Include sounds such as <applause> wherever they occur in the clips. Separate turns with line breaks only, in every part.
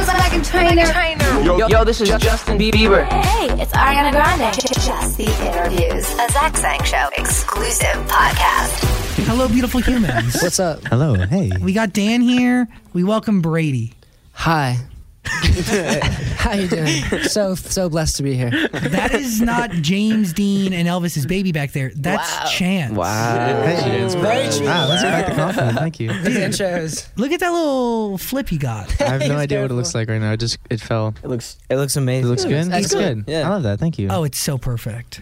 Entertainer.
Yo, yo, this is Justin Bieber.
Hey, it's Ariana Grande. Just the interviews. A Zach Sang Show exclusive podcast.
Hello, beautiful humans.
What's up?
Hello, hey.
we got Dan here. We welcome Brady.
<laughs> Hi. How you doing? So so blessed to be here.
That is
<laughs>
not James Dean and Elvis's baby back there. That's Chance.
Hey. Wow, that's quite
<laughs>
the compliment. Thank <laughs> you.
The intros.
Look at that little flip he
<laughs>
got.
I have no idea what it looks like right now. It just it fell.
It looks it looks amazing.
It looks good.
that's
It's good.
Yeah.
I love that. Thank you.
Oh, it's so perfect.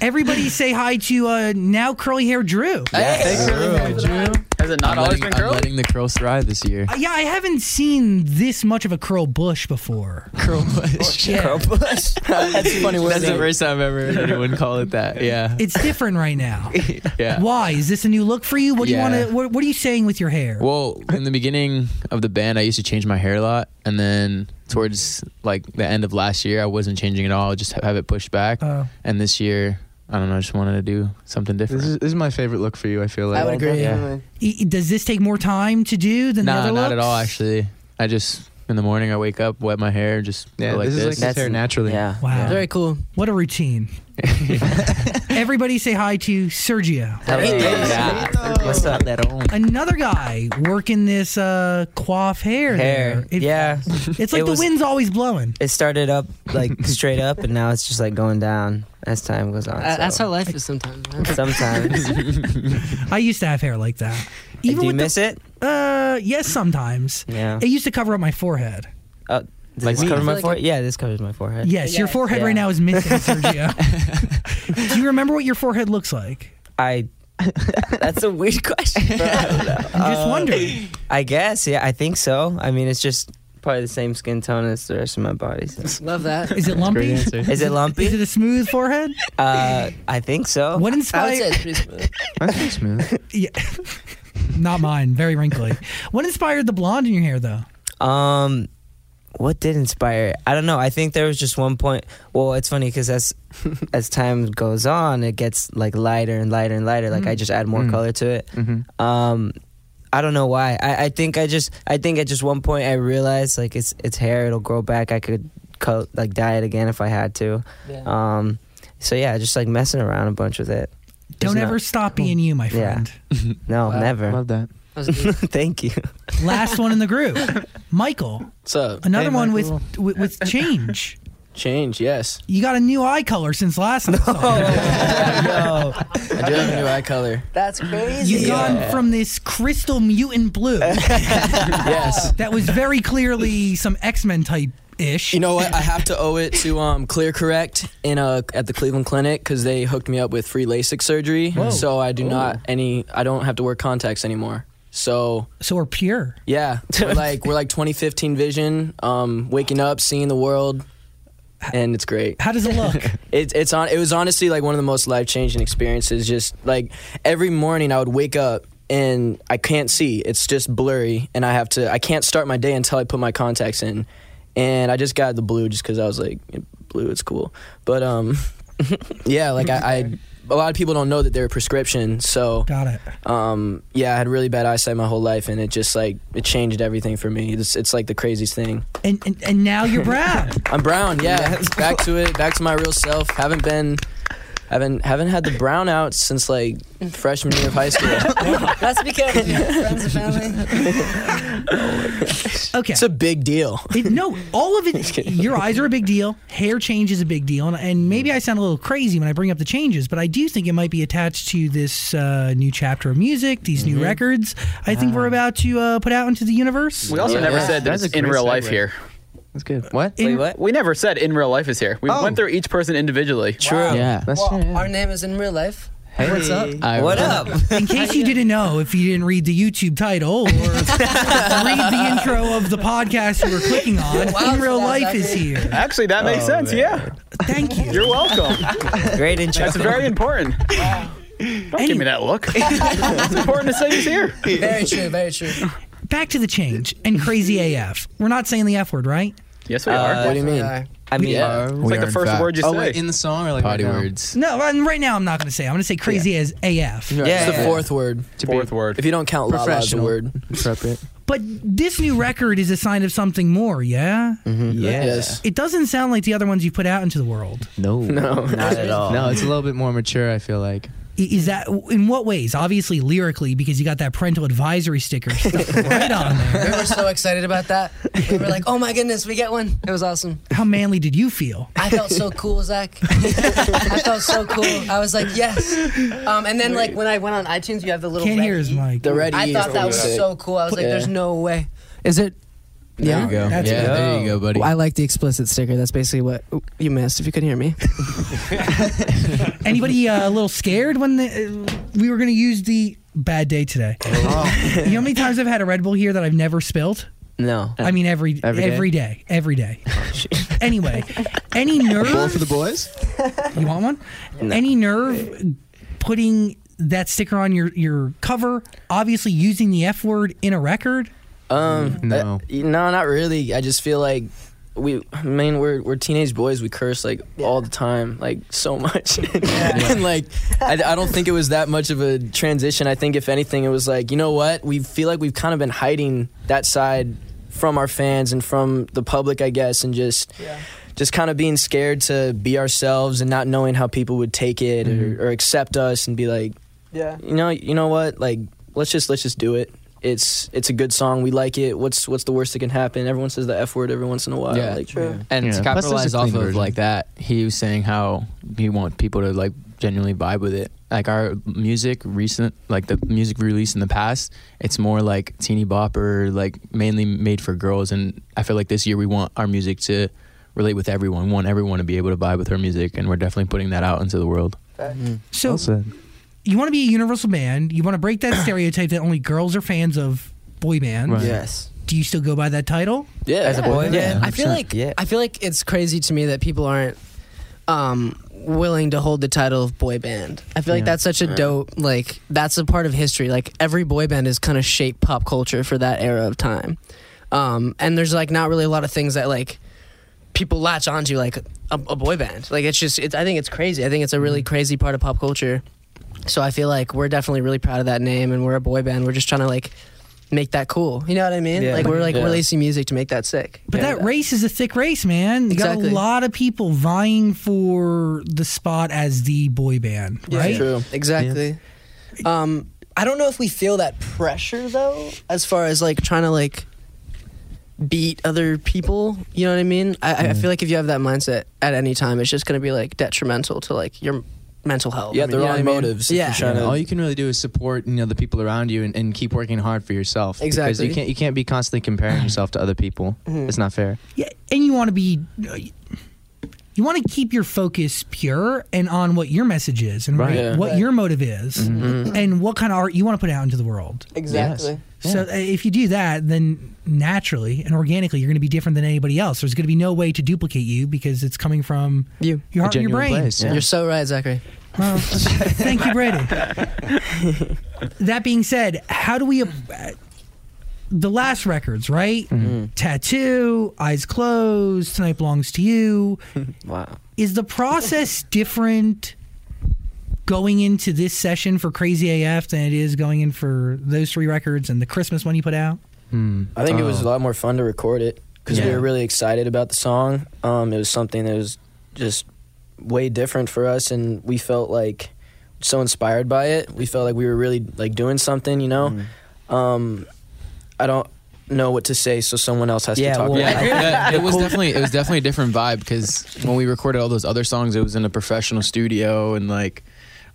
Everybody say hi to uh, now curly hair Drew. Uh,
Thanks, everyone. Drew.
Has it not
I'm
always
letting,
been
I'm
curly?
letting the curls thrive this
<laughs>
year.
yeah, I haven't seen this much of a curl bush before.
<laughs> Curl bush.
Yeah,
<laughs> That's a funny word.
That's the first time I've ever heard anyone call it that. Yeah.
it's different right now.
<laughs> Yeah.
Why is this a new look for you? What do you
Yeah.
want to? What, what are you saying with your hair?
Well, in the beginning of the band, I used to change my hair a lot, and then towards like the end of last year, I wasn't changing at all. I just have it pushed back.
Oh.
and this year, I don't know. I just wanted to do something different.
This is, this is my favorite look for you. I feel like
I would agree.
yeah.
E- e- Does this take more time to do than the
Nah,
other
not at all.
looks?
Actually, I just in the morning I wake up, wet my hair, just
Yeah,
go like
this is
this.
like his hair naturally.
Yeah.
Wow.
Very cool.
What a
<laughs>
routine. Everybody say hi to Sergio.
Yeah. What's up, that old
Another guy working this uh, coif hair.
hair?
There. It-
yeah.
It's like
It
the
was-
wind's always blowing.
It started up like straight up, and now it's just like going down as time goes on.
Uh,
so.
that's how life is sometimes. man.
Sometimes.
I used to have hair like that.
Do you
with
miss it?
the, uh, yes, sometimes.
Yeah.
It used to cover up my forehead.
Uh, does
Like
this
me.
cover my
like
forehead? Yeah, this covers my forehead.
Yes, your forehead
Yeah.
right now is
<laughs>
missing, Sergio. Do you remember what your forehead looks like?
I. That's a weird question.
I'm
Uh,
just wondering.
I guess. Yeah, I think so. I mean, it's just probably the same skin tone as the rest of my body.
<laughs>
so.
Love that.
Is it lumpy?
Great answer.
Is it
Is
lumpy?
it <laughs> a smooth forehead?
Uh, I think so.
I
What
would
inspired?
say it's <laughs> pretty smooth.
That's pretty <laughs> smooth.
Yeah. Not mine, very
<laughs>
wrinkly. What inspired the blonde in your hair, though?
Um, what did inspire? it? I don't know. I think there was just one point. Well, it's funny because
<laughs>
as as time goes on, it gets like lighter and lighter and lighter.
Mm.
Like I just add more color to it.
Mm-hmm.
Um, I don't know why. I, I think I just I think at just one point I realized like it's it's hair. It'll grow back. I could co- like dye it again if I had to. Um, so yeah, just like messing around a bunch with it.
Don't
Isn't
ever
that
stop being you, my
Yeah.
friend.
No,
Wow.
never.
Love that.
That was good.
<laughs> Thank you.
Last one in the group, Michael.
What's up?
Another
Hey,
one
Michael.
with, with with change.
Change, yes.
You got a new eye color since last time.
I do have a new eye color.
<laughs> That's crazy.
You've gone from this crystal mutant blue that
Yes.
was very clearly some X Men type ish.
You know what? I have to owe it to um, Clear Correct in uh at the Cleveland Clinic because they hooked me up with free LASIK surgery. So I do not any. I don't have to wear contacts anymore. So
so we're pure.
yeah, we're like we're like 2015 vision. Um, waking up, seeing the world, and it's great.
How does it look?
It, it's on. It was honestly like one of the most life changing experiences. Just like every morning, I would wake up and I can't see. It's just blurry, and I have to. I can't start my day until I put my contacts in. And I just got the blue just because I was like, blue, it's cool. But um, <laughs> yeah, like I, I, a lot of people don't know that they're a prescription. So
got it.
um, yeah, I had really bad eyesight my whole life, and it just like it changed everything for me. It's it's like the craziest thing.
And and, and now you're brown.
I'm brown. Yeah, <laughs> back to it. Back to my real self. Haven't been. Haven't haven't had the brown out since like freshman year of
<laughs>
high school.
Let's be <laughs> careful. Friends and family.
Okay.
It's a big deal.
It- no, all of it. your eyes are a big deal. Hair change is a big deal, and, and maybe I sound a little crazy when I bring up the changes, but I do think it might be attached to this uh, new chapter of music, these new records. I think we're about to uh, put out into the universe.
We also
never
said
that That's it's a in great real life segue. here. That's good. What?
In-
what?
We never said in real life is here. We went through each person individually. True. Yeah.
That's true.
Our name is in real life.
Hey. What's up?
I,
What up?
<laughs>
In case you didn't know, if you didn't read the YouTube title or read the intro of the podcast you were clicking on,
Wow,
in real
that's
life is
accurate.
here.
Actually, that makes sense. Yeah.
Thank you.
You're welcome.
Great intro.
That's very important. Don't give me
<laughs>
that look. it's important to say he's here.
Very true. Very true.
Back to the change and crazy AF. We're not saying the F word, right?
Yes, we
Uh,
are.
What do you mean?
Yeah.
I mean,
Yeah. It's like the first word you say.
Oh, wait, in the song or like
Potty
right now?
words.
No, and right now I'm not going to say. it. I'm going to say crazy as AF.
It's
yeah.
the fourth word.
Fourth word.
If you don't count la la as a word.
Appropriate.
But this new record is a sign of something more, yeah?
Mm.
Yes.
It doesn't sound like the other ones you put out into the world.
No.
<laughs> No.
Not
<laughs>
at all.
No, it's a little bit more mature. I feel like.
I- Is that in what ways? Obviously, lyrically, because you got that parental advisory sticker
<laughs>
stuck right on
We
there.
were so excited about that. We were like, oh my goodness, we get one. It was awesome.
How manly did you feel?
I felt so cool, Zach. I felt so cool. I was like, yes. Um, and then like when I went on iTunes, you have the little.
Can't
red
hear his
E.
mic.
The red
I
E
thought
is
that was
sick.
so cool. I was like,
Yeah.
there's no way. Is it?
There
Yeah.
you go.
That's
yeah,
good.
there you go, buddy.
I like the explicit sticker. That's basically what Ooh, you missed if you could hear me.
Anybody uh, a little scared when the, uh, we were going to use the bad day today?
Oh,
<laughs> you know how many times I've had a Red Bull here that I've never spilled?
No.
I mean, every
Every day? Oh,
every day, every day. anyway, any
Bowl for
nerve?
the boys.
You want one? Any nerve putting that sticker on your your cover? Obviously, using the F word in a record.
Um,
No.
uh, no, not really. I just feel like we, I mean, we're we're teenage boys. We curse like all the time, like so much. <laughs> and like, I, I don't think it was that much of a transition. I think if anything, it was like, you know what? We feel like we've kind of been hiding that side from our fans and from the public, I guess, and just. Just kind of being scared to be ourselves and not knowing how people would take it or, or accept us and be like,
Yeah.
you know you know what like let's just let's just do it it's it's a good song we like it what's what's the worst that can happen everyone says the f word every once in a while
Yeah.
like
And
Yeah. Plus,
to
there's a
capitalize off
clean
of
version.
like that, he was saying how he want people to like genuinely vibe with it. Like our music recent, like the music we released in the past, it's more like teeny bopper, like mainly made for girls. And I feel like this year we want our music to relate with everyone. We want everyone to be able to vibe with our music, and we're definitely putting that out into the world.
So you want to be a universal band. You want to break that stereotype that only girls are fans of boy bands.
Right.
Yes.
Do you still go by that title?
yeah
As a boy.
Yeah, I feel
100%.
like
Yeah.
I feel like it's crazy to me that people aren't um, willing to hold the title of boy band. I feel like
Yeah.
that's such a dope like that's a part of history. Like every boy band has kind of shaped pop culture for that era of time. Um, and there's like not really a lot of things that like people latch onto like a, a boy band. Like it's just it's, I think it's crazy. I think it's a really crazy part of pop culture. So I feel like we're definitely really proud of that name and we're a boy band. We're just trying to like make that cool. You know what I mean?
Yeah.
Like we're like
Yeah.
releasing music to make that sick.
But
Yeah.
that race is a thick race, man. You
Exactly.
got a lot of people vying for the spot as the boy band, right?
true
Exactly. Um, I don't know if we feel that pressure though, as far as like trying to like beat other people. You know what I mean? I,
Mm-hmm.
I- I feel like if you have that mindset at any time, it's just going to be like detrimental to like your mental health.
you
I
have the
mean, you know
wrong
what I mean?
motives if
Yeah.
you're trying
all
to,
you can really do is support you know the people around you and, and keep working hard for yourself. Because
Exactly.
you can't you can't be constantly comparing yourself to other people. It's not fair.
Yeah, and you want to be you want to keep your focus pure and on what your message is and
Right. Mm-hmm.
what-
Yeah.
what your motive is and what kind of art you want to put out into the world.
Exactly.
So uh, if you do that, then naturally and organically you're going to be different than anybody else. There's going to be no way to duplicate you because it's coming from
You.
your heart and your
genuine
brain.
place, yeah.
You're so right, Zachary.
Well, thank you, Brady. that being said, how do we? Uh, the last records, right? Tattoo, Eyes Closed, Tonight Belongs to You.
Wow.
Is the process different going into this session for Crazy AF than it is going in for those three records and the Christmas one you put out?
i think it was
Oh.
a lot more fun to record it because we
Yeah.
were really excited about the song um, it was something that was just way different for us and we felt like so inspired by it we felt like we were really like doing something you know um, i don't know what to say so someone else has
Yeah,
to talk
well,
about
Yeah, yeah,
it
it was definitely it was definitely a different vibe because when we recorded all those other songs, it was in a professional studio and like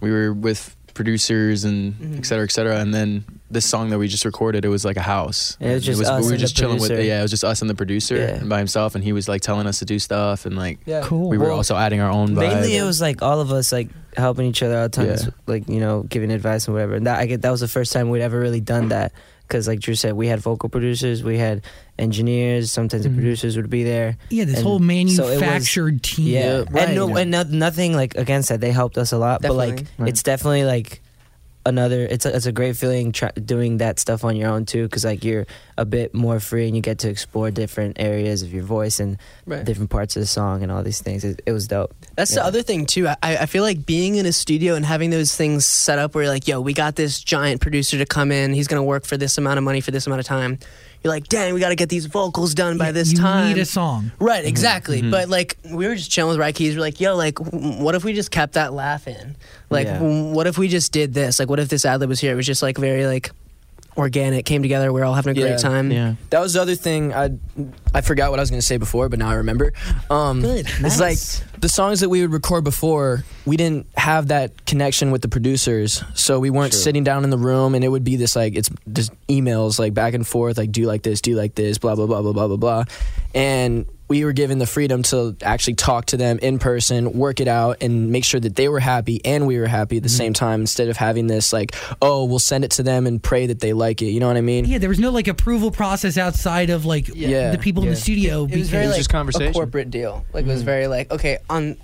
we were with producers and et cetera, et cetera. And then this song that we just recorded, it was like a house.
It was just us
we were
and
just
the
chilling with
producer.
yeah, it was just us and the producer
Yeah.
by himself, and he was like telling us to do stuff and like
Cool.
we were
Well,
also adding our own vibe.
Mainly, it was like all of us like helping each other out, tons,
Yeah.
like you know, giving advice and whatever. And that I get that was the first time we'd ever really done that because, like Drew said, we had vocal producers, we had engineers. Sometimes
Mhm.
the producers would be there.
Yeah, this
And
whole
so it was-
manufactured team.
Yeah,
right.
and no, and no, nothing like against that. They helped us a lot, but like
Definitely.
it's definitely like another. It's a, it's a great feeling try, doing that stuff on your own too, because like you're a bit more free and you get to explore different areas of your voice and
Right.
different parts of the song and all these things. It, it was dope.
That's the
Yeah.
other thing too. I, I feel like being in a studio and having those things set up where you're like, yo, we got this giant producer to come in. He's gonna work for this amount of money for this amount of time. You're like, dang, we got to get these vocals done by this
you
time.
need a song.
Right, exactly. But like we were just chilling with Rye Keys. We're like, yo, like, w- what if we just kept that laugh in? Like,
Yeah.
w- what if we just did this? Like, what if this ad lib was here? It was just like very like organic. Came together. We are all having a
Yeah.
great time.
Yeah.
That was the other thing I I forgot what I was gonna say before, but now I remember. Um,
Good,
It's like the songs that we would record before, we didn't have that connection with the producers, so we weren't sitting down in the room, and it would be this like it's just emails like back and forth, like do you like this, do you like this, blah blah blah blah blah blah blah, and we were given the freedom to actually talk to them in person, work it out, and make sure that they were happy and we were happy at the same time. Instead of having this like, oh, we'll send it to them and pray that they like it. You know what I mean?
Yeah, there was no like approval process outside of like
Yeah.
the people in the
Yeah.
studio.
it was very
was
like
just conversation.
a corporate deal. Like it was very like okay on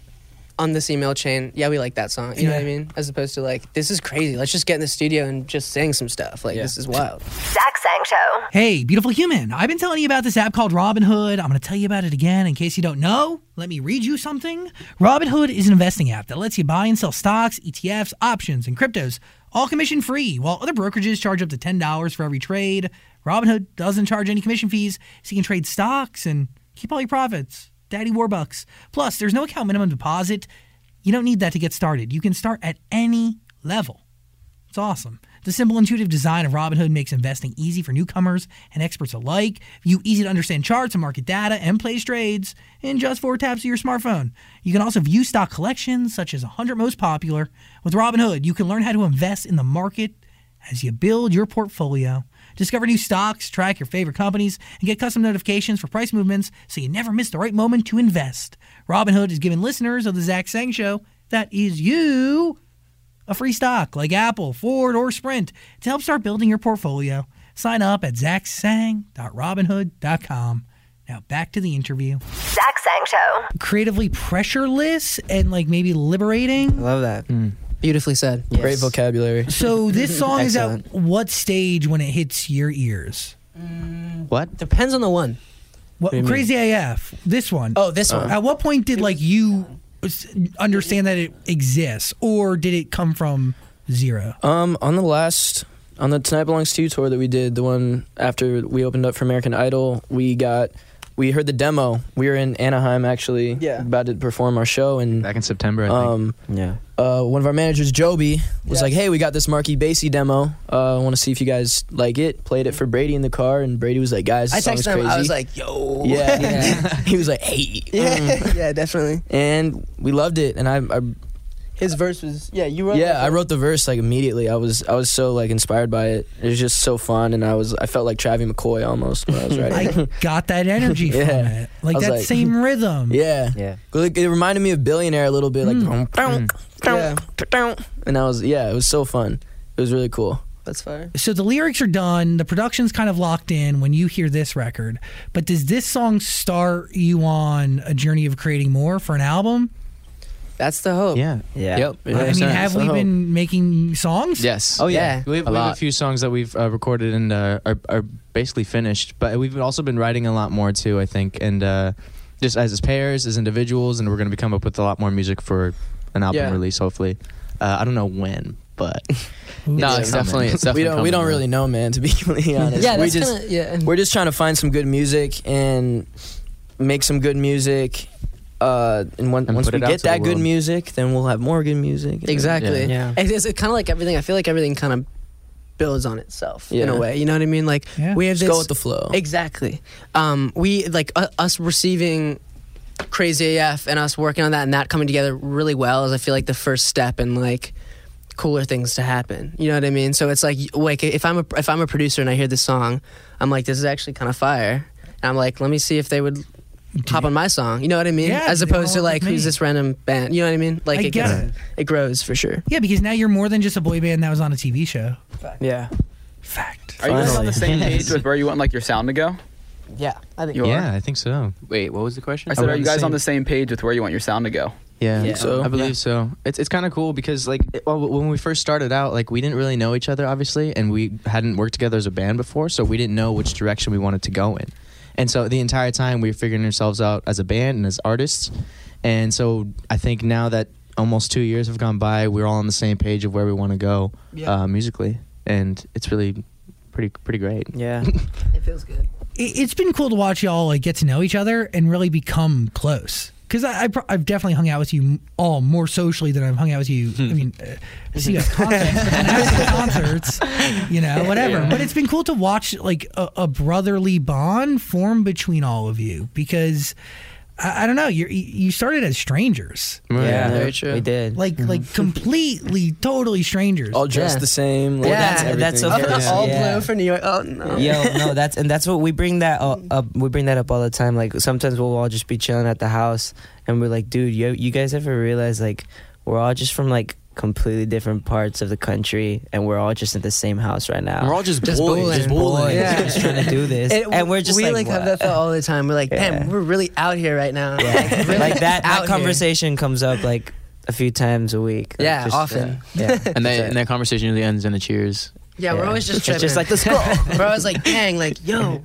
on this email chain. Yeah, we like that song. You know what I
Yeah.
mean? As opposed to like this is crazy. Let's just get in the studio and just sing some stuff. Like
Yeah.
this is wild.
Zach Sang Show.
Hey, beautiful human. I've been telling you about this app called Robinhood. I'm going to tell you about it again in case you don't know. Let me read you something. Robinhood is an investing app that lets you buy and sell stocks, ETFs, options, and cryptos, all commission free, while other brokerages charge up to $10 for every trade. Robinhood doesn't charge any commission fees, so you can trade stocks and keep all your profits. Daddy Warbucks. Plus, there's no account minimum deposit. You don't need that to get started. You can start at any level. It's awesome. The simple, intuitive design of Robinhood makes investing easy for newcomers and experts alike. View easy to understand charts and market data and place trades in just four taps of your smartphone. You can also view stock collections such as 100 most popular. With Robinhood, you can learn how to invest in the market as you build your portfolio. Discover new stocks, track your favorite companies, and get custom notifications for price movements so you never miss the right moment to invest. Robinhood is giving listeners of the Zach Sang Show, that is you, a free stock like Apple, Ford, or Sprint to help start building your portfolio. Sign up at zacksang.robinhood.com. Now back to the interview.
Zach Sang Show.
Creatively pressureless and like maybe liberating.
Love that.
Beautifully said.
Great vocabulary.
So this song is at what stage when it hits your ears?
What?
Depends on the one.
What, crazy AF. This one.
Oh, this
uh,
one.
At what point did like you s- understand that it exists, or did it come from zero?
Um, on the last on the Tonight Belongs to You tour that we did, the one after we opened up for American Idol, we got we heard the demo. We were in Anaheim actually,
Yeah.
about to perform our show, and
Back in September, I think.
um,
Yeah.
uh, one of our managers, Joby, was
Yeah.
like, "Hey, we got this Marky Basie demo. Uh, I want to see if you guys <laughs> like it." Played it for Brady in the car, and Brady was like,
Oh,
"Guys,
I
this song's
texted him.
crazy."
I was like, yo. <laughs>
"Yeah."
yeah.
he was like, "Hey,"
Yeah, yeah, definitely.
and we loved it. And I, I
His verse was yeah. You wrote
yeah, I wrote the verse like immediately. I was I was so like inspired by it. It was just so fun, and I was I felt like Travie McCoy almost when I was writing. it. <laughs>
I got that energy from
Yeah.
it, like
I was
that
like-
same rhythm.
yeah,
Yeah.
Like, it reminded me of Billionaire a little bit, like <laughs> "Dunk, dunk, dunk," and I was Hmm. yeah, it was so fun. It was really cool.
That's fire.
so the lyrics are done the production's kind of locked in when you hear this record but does this song start you on a journey of creating more for an album
<laughs> That's the hope.
yeah.
Yeah.
Yep.
i mean
100%.
have we
So-
been making songs
Yes.
Oh,
yeah.
We have,
A
we have
lot.
a few songs that we've uh, recorded and uh, are, are basically finished, but we've also been writing a lot more too, I think, and uh, just as as pairs, as individuals, and we're going to be coming up with a lot more music for an album
Yeah.
release, hopefully. Uh, I don't know when, but no, it's
Yeah.
definitely it's definitely
<laughs> we don't we
coming,
don't
man.
really know, man. To be <laughs> completely honest,
Yeah,
we
that's
just
kinda, yeah.
we're just trying to find some good music and make some good music. Uh, and when,
And
once
put
we
it out
get
to the
that good
world.
music, then we'll have more good music. and-
Exactly.
Yeah.
It's, it's kind of like everything. I feel like everything kind of builds on itself in a
Yeah.
way. You know what I mean? Like
Yeah.
we have
Just
this
go with the flow.
exactly. Um, we like u- us receiving crazy AF and us working on that and that coming together really well is I feel like the first step in like cooler things to happen. You know what I mean? So it's like like if I'm a if I'm a producer and I hear this song, I'm like this is actually kind of fire. And I'm like let me see if they would hop on my song. You know what I mean?
Yeah,
As
do they
opposed to
wanna work
like
with
who's
me?
this random band? You know what I mean? Like
I
it
get
gets, it grows for sure.
yeah because now you're more than just a boy band that was on a tv show
Yeah.
fact
Are you guys on the same
Finally.
page with where you want like your sound to go?
Yeah, I think
You are?
Yeah, I think so. Wait, what was the question?
I said,
we're
are you guys on the
same-
same page with where you want your sound to go?
Yeah,
Yeah.
I believe so. It's it's kind of cool because like it- well, when we first started out, like we didn't really know each other, obviously, and we hadn't worked together as a band before, so we didn't know which direction we wanted to go in. And so the entire time we were figuring ourselves out as a band and as artists. And so I think now that almost two years have gone by, we're all on the same page of where we want to go uh, musically, and it's really pretty pretty great.
Yeah.
It feels good.
it, it's been cool to watch y'all like get to know each other and really become close. Because I, I pro- I've definitely hung out with you m- all more socially than I've hung out with you. I mean, uh, I see you at concerts, and after concerts, you know, whatever. But it's been cool to watch like a, a brotherly bond form between all of you because I, I don't know, you you started as strangers,
yeah.
very true.
We did.
like like completely, totally strangers.
all dressed
Yeah.
the same.
Well,
Like, that's
that's- that's
everything.
okay. Yeah.
All
Yeah.
blue for New York. Oh no.
Yo,
<laughs>
no, that's and that's what we bring that all
Mm.
up. We bring that up all the time. Like sometimes we'll all just be chilling at the house, and we're like, dude, yo, you guys ever realize like we're all just from like completely different parts of the country, and we're all just in the same house right now.
We're all just,
Just
boys.
boys.
Just
boys
boys.
Yeah.
<laughs> just trying to do this,
<laughs>
and, we're just
we
like,
like, have that thought all the time. We're like,
Yeah.
damn, we're really out here right now. <laughs>
what?
Like, really
<laughs> like that.
out
That
here.
conversation comes up like a few times a week. Like,
Yeah,
just, uh,
often. <laughs>
yeah,
And that
That's
and
it.
that conversation usually ends in a cheers.
Yeah, we're
Yeah.
always just
It's
tripping.
just like, let's go.
<laughs> we're always like, dang, like yo,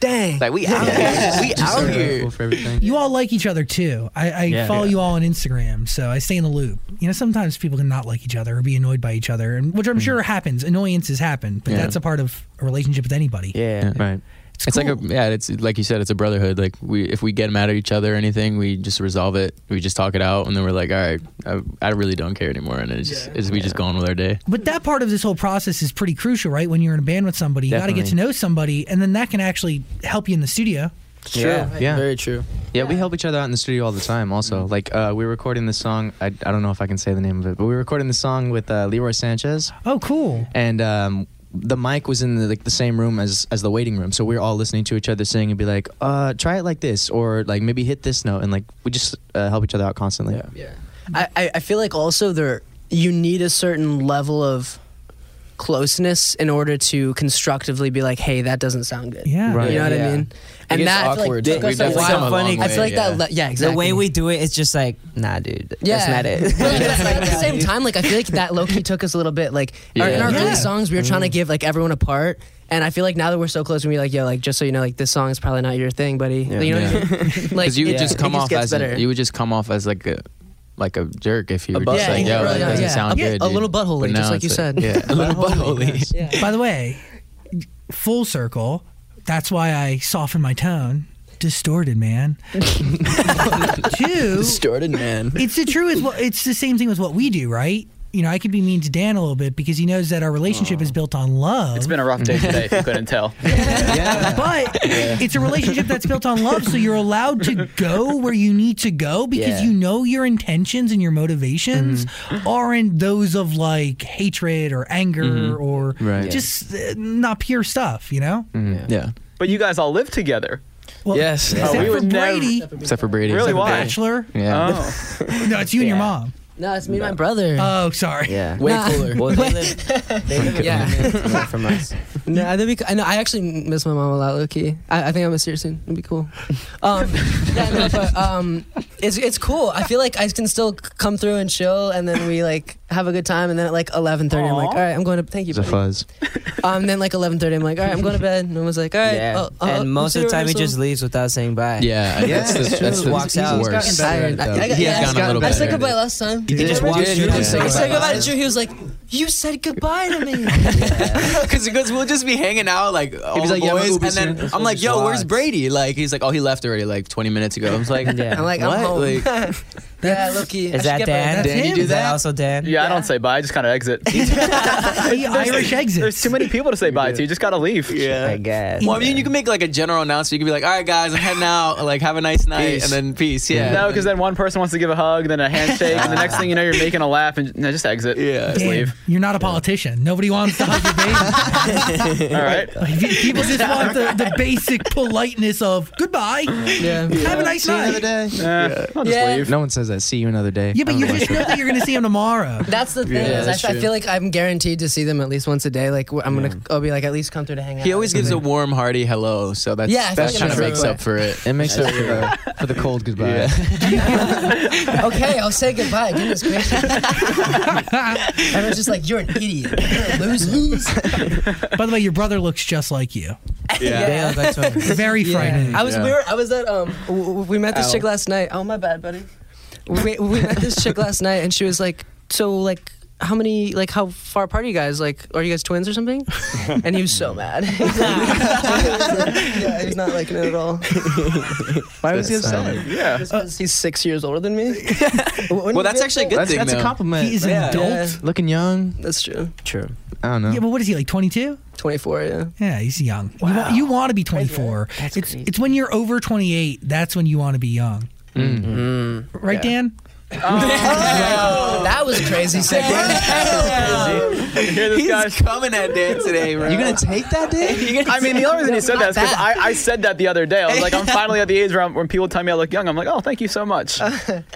dang.
Like we out here. <laughs> we out here. For everything.
you all like each other too. I, I
Yeah.
follow
Yeah.
you all on Instagram, so I stay in the loop. You know, sometimes people can not like each other or be annoyed by each other, and which I'm sure happens. Annoyances happen, but
Hmm. Yeah.
that's a part of a relationship with anybody.
yeah.
Right. It's, like a
cool.
yeah. It's like you said. It's a brotherhood. Like we, if we get mad at each other or anything, we just resolve it. We just talk it out, and then we're like, all right, I, I really don't care anymore, and it's just it's, we just go on with our day.
But that part of this whole process is pretty crucial, right? When you're in a band with somebody, you got to get
Definitely.
to know somebody, and then that can actually help you in the studio.
True.
Yeah.
Yeah.
Very true.
Yeah, we help each other out in the studio all the time. Also,
Mm-hmm.
like uh, we were recording this song. I, I don't know if I can say the name of it, but we were recording the song with uh, Leroy Sanchez,
Oh, cool.
and um, the mic was in the, like the same room as as the waiting room. So we were all listening to each other sing and be like, uh, try it like this, or like maybe hit this note, and like we just uh, help each other out constantly.
I, I I feel like also there you need a certain level of closeness in order to constructively be like, hey, that doesn't sound good.
Yeah.
Right.
You know what
Yeah.
I mean?
It
And
gets
that I feel
awkward.
like, took
We've
us a
definitely
while.
come a long
I feel like
way,
that.
yeah.
le- Yeah, exactly.
The way we do it, it's just like, nah, dude,
Yeah.
that's
<laughs>
not it.
Well, it's
<laughs>
like, at the same time, like I feel like that low key took us a little bit. Like our- in our
Yeah.
early
Yeah.
songs, we were trying to
Mm-hmm.
give like everyone a part, and I feel like now that we're so close, and we like, yo, like just so you know, like this song is probably not your thing, buddy. You know what I mean? <laughs> Like
Because you would
it-
just
it
come off
gets
as an-
better.
you would just come off as like a like a jerk if you were
butthole.
just like
Yeah,
yo
really,
that doesn't
yeah.
sound
Yeah,
good.
a
dude."
little butthole,
But
just
now
like you
it's
said. <laughs>
yeah, a <laughs> little butthole.
By the way, full circle. That's why I soften my tone. Distorted,
<laughs>
man. Two.
Distorted man.
<laughs>
it's the true. Is what it's the same thing with what we do, right? You know, I could be mean to Dan a little bit because he knows that our relationship is built on love.
It's been a
<laughs>
rough day today, if you couldn't tell.
<laughs> but it's a relationship that's built on love, so you're allowed to go where you need to go because
Yeah.
you know your intentions and your motivations
Mm-hmm.
aren't those of like hatred or anger
Mm-hmm.
or
Right.
just uh, not pure stuff, you know?
Yeah,
But you guys all
<laughs>
live together.
Well,
Yes.
Except
Mm. Oh, we
for
would never-
Brady,
except for Brady.
Really, why?
Bachelor.
Yeah.
Oh.
No, it's you and your mom.
no, it's me, and my brother.
Oh, sorry.
yeah.
Way cooler.
Well, they live, they live
Yeah.
yeah. minutes away from us.
No, that'd be. co- I know. I actually miss my mom a lot, low key. I, I think I miss her soon. It'd be
<laughs>
cool. Um, yeah, no, but um, it's it's cool. I feel like I can still c- come through and chill, and then we like have a good time, and then at like eleven thirty, I'm like, all right, I'm going to. Thank
<laughs>
you.
He's a
buddy.
fuzz.
Um, then like eleven thirty, I'm like, all right, I'm going to bed. And I was like, oh, all right. uh,
Yeah.
I'll- I'll- I'll
and most
see
of the
you
time, he
rehearsal.
just leaves without saying bye.
Yeah, I- that's the, that's the
Walks out. He's
worst.
tired. I, I, I, yeah,
gotten a little
I said
better.
goodbye last time.
He just walks
did.
through
Yeah.
the same
I said
spot.
goodbye to Drew. He was like, you said goodbye to
<laughs>
me.
Because we'll just be hanging out, like all
like,
the
"Yeah,
boys,
we'll be
and then
soon."
I'm like,
Just
"Yo,
watch.
where's Brady?" Like he's like, "Oh, he left already, like 20 minutes ago." I was like,
Yeah.
I'm like, I'm
What?
home.
Like-
<laughs> yeah, low key. I
Is
should
that
get my-
Dan?
That's Dan, you him. do
Is that
that?
also Dan?
Yeah, I don't say bye. I just kind of <laughs> exit.
<laughs>
The Irish exits.
There's too many people to say bye to. You just gotta leave.
Yeah.
uh,
I guess.
Well, I mean, you can make like a general announcement. You can be like, "All right, guys, I'm heading out. Like, have a nice night,
Peace.
and then peace." Yeah.
No, because then one person wants to give a hug, then a handshake, and the next thing you know, you're making a laugh, and no, just exit.
Yeah.
just
Dan,
<laughs>
leave.
You're not a politician. Nobody wants to hug your
<laughs>
baby.
All right.
Like, pe- people just want the, the basic politeness of goodbye.
Yeah.
Have a nice night.
Eh, I'll just
Yeah.
leave.
No one says that that see you another day.
Yeah, but
I don't
you
know
just
what-
know that you're going to see him
<laughs>
tomorrow.
That's the thing.
Yeah,
is
that's
I, I
true.
feel like I'm guaranteed to see them at least once a day. Like wh- I'm gonna, I'll be like at least come through to hang out.
He
or
always gives a
something.
warm, hearty hello, so that's
Yeah, I
that
think
kind of
that's
makes
right.
up for it.
It makes up for the, for the cold goodbye.
okay, I'll say goodbye. Goodness <laughs> gracious. and I was just like, you're an idiot. You're a loser. <laughs>
By the way, your brother looks just like you.
Yeah, that's
<laughs>
what-
Very frightening.
I was
Yeah.
we were, I was at um w- w- we met this chick last night. Oh my bad, buddy. We we met this chick last night and she was like, "So like how many like how far apart are you guys? Like are you guys twins or something?" And he was so mad. yeah, he's not liking it at all.
Why was he upset?
Yeah.
Just 'cause he's 6 years older than <laughs> me.
Well, that's actually a good
That's,
thing.
that's a
though.
compliment.
He is an
Yeah.
adult.
Yeah.
Looking young.
That's true.
True.
I don't know.
Yeah, but what is he like? Twenty two?
24, yeah.
Yeah, he's young. You wa- You, want to be twenty four. It's it's when you're over twenty eight. That's when you want to be young. Right, Dan?
<laughs> That was a <laughs> crazy segue.
Hear this guy?
coming at Dan today, bro.
You're gonna take that day?
I mean, the only reason he said that is because
Not
I, I said that the other day. I was like, <laughs> I'm finally at the age where I'm, when people tell me I look young, I'm like, oh, thank you so <laughs> much.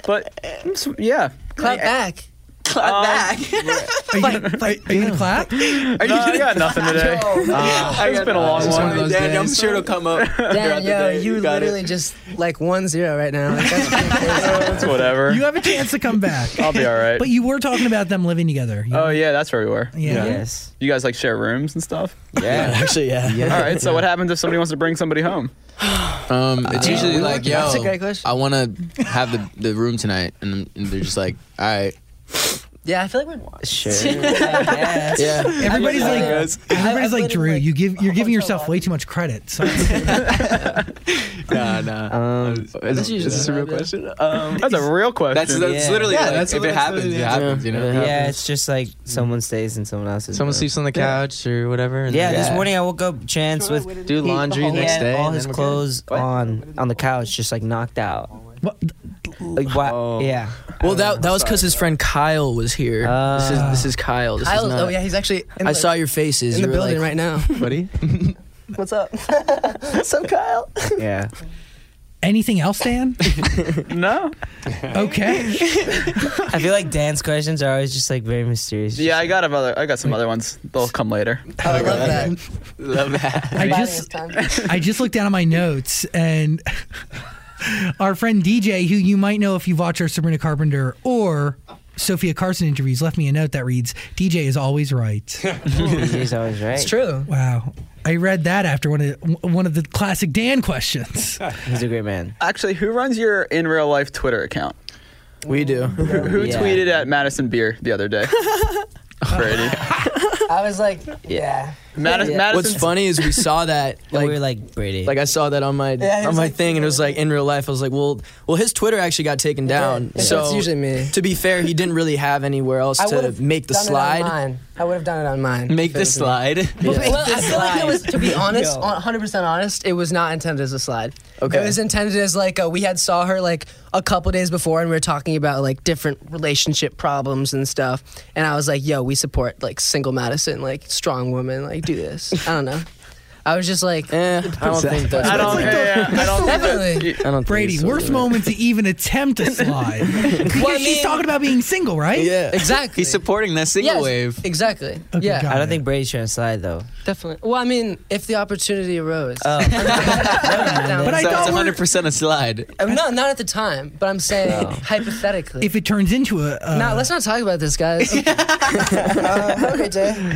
But I'm s- yeah,
Clap back.
Um,
Are you, gonna- are you gonna clap?
no, I got nothing <laughs> today. it's been a long
It's one of
one.
those
Dan, I'm
days.
sure
it'll come up.
Damn, yo, you, literally just like one zero right now. Like, that's pretty crazy.
It's whatever.
You have a chance to come back.
I'll be all right.
But you were talking about them living together. You-
oh yeah, that's where we were.
yeah.
Yes.
You guys like share rooms and stuff.
Yeah.
Actually, yeah.
yeah.
All right. So what happens if somebody wants to bring somebody home?
Um, it's
uh,
usually like, yo,
That's a great question.
I want to have the, the room tonight, and, and they're just like, all right.
<laughs> Yeah, I feel <laughs> like we're.
Sure. yeah.
Yeah.
Everybody's
I-
like, everybody's
I- I
like Drew.
literally-
you give you're giving
Oh,
yourself
so
way too much credit. So
nah, nah.
Um,
Is, is this a real
Yeah.
question? Um,
That's a real question.
that's that's
Yeah.
literally
Yeah,
like,
that's
if
what-
it
that's
happens,
literally
it
the
happens. You know.
yeah, it's just like someone stays in someone else's.
Someone
room.
sleeps on the couch or whatever. and-
Yeah, this morning I woke up chance with
do laundry the
he
next
had
day.
all
and
his
then we're
clothes on on the couch, just like knocked out.
What?
Like why? Yeah.
Well, that that was because his friend Kyle was here. this is this is Kyle. This is
Kyle's,
not-
oh yeah, he's actually. In
I
the,
saw your faces.
in the
You were
building
like,
right now.
good, buddy.
What's up? What's up, Kyle?
Yeah.
anything
<laughs>
else, Dan?
no.
Okay.
I feel like Dan's questions are always just like very mysterious.
Yeah, I got a other. I got some other ones. They'll come later.
Oh, I love that.
Love that.
I just I just looked down at my notes and <laughs> our friend DJ, who you might know if you've watched our Sabrina Carpenter or Sophia Carson interviews, left me a note that reads, "DJ is
<laughs>
always right."
He's
<laughs>
always right.
It's true.
wow. I read that after one of one of the classic
<laughs>
Dan questions.
He's a great man.
Actually, who runs your in real life Twitter account?
We do.
Who, who
Yeah.
tweeted at Madison Beer the other day? Brady.
<laughs> I was like, yeah.
Madison.
What's
Madison's
<laughs> funny is we saw that
Like,
like
we were like Brady.
Like I saw that on my
Yeah, it
on
was
my
like-
thing, and it was like in real life. I was like, well, well, his Twitter actually got taken down.
Yeah,
Oh, So
it's usually me.
To be fair, he didn't really have anywhere else
I
to
would've
make the
done it on
slide.
mine. I would have done it on mine.
Make the slide.
Well, I feel like it was, to <laughs> be honest,
Yo.
100% honest, it was not intended as a slide.
Okay.
It was intended as like, uh, we had saw her like a couple days before and we were talking about like different relationship problems and stuff. And I was like, yo, we support like single Madison, like strong woman, like do this. I don't know. I was just like,
Eh, I don't think that's.
I don't. Yeah, yeah, I don't.
definitely.
I don't think
Brady,
so.
worst moment to even attempt a
<laughs>
slide. Because
Well, I
she's
mean-
talking about being single, right?
Yeah.
Exactly.
He's supporting that single
Yes,
wave.
Exactly.
Okay,
yeah.
got
I
it.
don't think Brady's trying to slide though.
Definitely. Well, I mean, if the opportunity arose. <laughs>
Oh.
But I
So it's
thought we're-
100 percent a slide.
I'm not, not at the time, but I'm saying hypothetically.
if uh, it turns into a, a
no, let's not talk about this, guys. okay, Jay.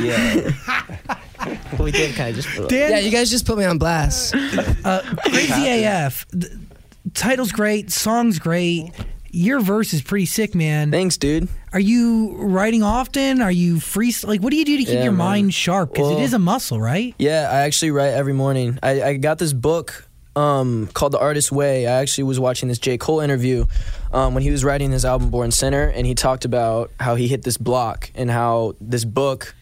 Yeah. we did kind of just.
Dan, uh,
Yeah, you guys just put me on blast.
Crazy AF. The title's great, song's great. Your verse is pretty sick, man.
<laughs> Thanks, dude.
Are you writing often? Are you free? Like, what do you do to keep
Yeah,
your
man.
mind sharp? Because
Well-
it is a muscle, right?
Yeah, I actually write every morning. I, I got this book um, called The Artist's Way. I actually was watching this J. Cole interview um, when he was writing his album Born Sinner, and he talked about how he hit this block and how this book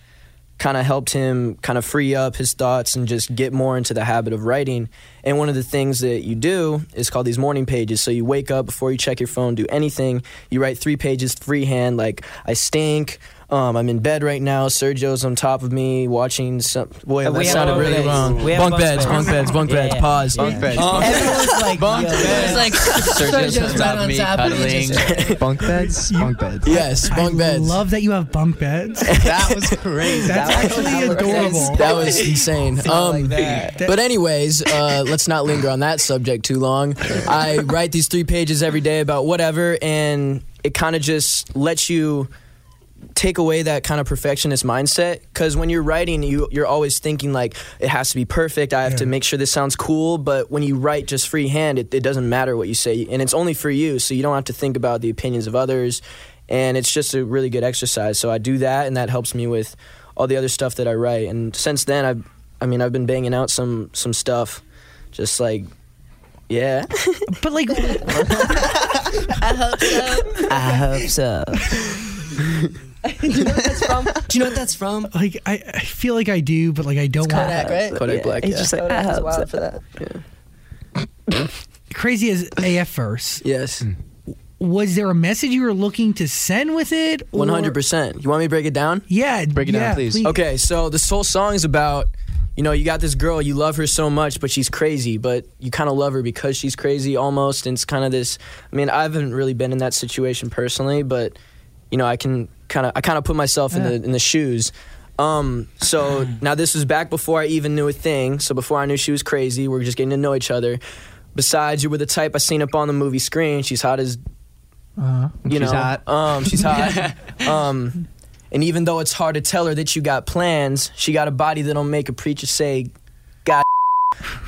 kind of helped him kind of free up his thoughts and just get more into the habit of writing. And one of the things that you do is called these morning pages. So you wake up before you check your phone, do anything, you write three pages freehand, like I stink. Um, I'm in bed right now. Sergio's on top of me watching some. Boy, that
we have
sounded
bunk
really
beds.
wrong.
We have
Bunk
bunk beds.
beds, bunk beds, bunk
Yeah,
beds.
yeah.
Pause.
Yeah.
Bunk beds.
Um,
Everyone's
<laughs>
like,
Bunk
yo,
beds.
It's like
Sergio's
Sergio's right
on top of
on
me,
top of me.
cuddling.
just-
bunk beds. Bunk beds.
Yes, bunk
I
beds.
love that you have bunk beds.
<laughs> That
<laughs>
was crazy.
That's
That was-
actually
that was-
adorable.
that was insane. Um,
like that.
but anyways, uh, let's not linger on that subject too long. I write these three pages every day about whatever, and it kind of just lets you take away that kind of perfectionist mindset because when you're writing you you're always thinking like it has to be perfect i have to make sure this sounds cool but when you write just freehand it, it doesn't matter what you say and it's only for you so you don't have to think about the opinions of others and it's just a really good exercise so i do that and that helps me with all the other stuff that i write and since then i've i mean i've been banging out some some stuff just like yeah
But like,
I hope
<laughs>
so.
Do you know what that's from? Do you know what that's from?
like I, I feel like I do, but like I don't want.
Kodak, right?
Kodak Black,
He's
<laughs> yeah.
just like,
Kodak
I
is
hope so.
wild for that.
Crazy as AF verse.
yes
Was there a message you were looking to send with it? or-
100% you want me to break it down
Yeah.
Break it down,
yeah,
please.
Okay, so this whole song is about, you know, you got this girl, you love her so much, but she's crazy, but you kind of love her because she's crazy almost. And it's kind of this, I mean, I haven't really been in that situation personally, but, you know, I can kind of, I kind of put myself in, the, in the shoes. Um, so now this was back before I even knew a thing. So before I knew she was crazy, we were just getting to know each other. Besides, you were the type I seen up on the movie screen. She's hot as
Uh,
you
She's
know,
hot.
Um,
<laughs>
she's hot. um, and even though it's hard to tell her that you got plans, she got a body that'll make a preacher say, "God."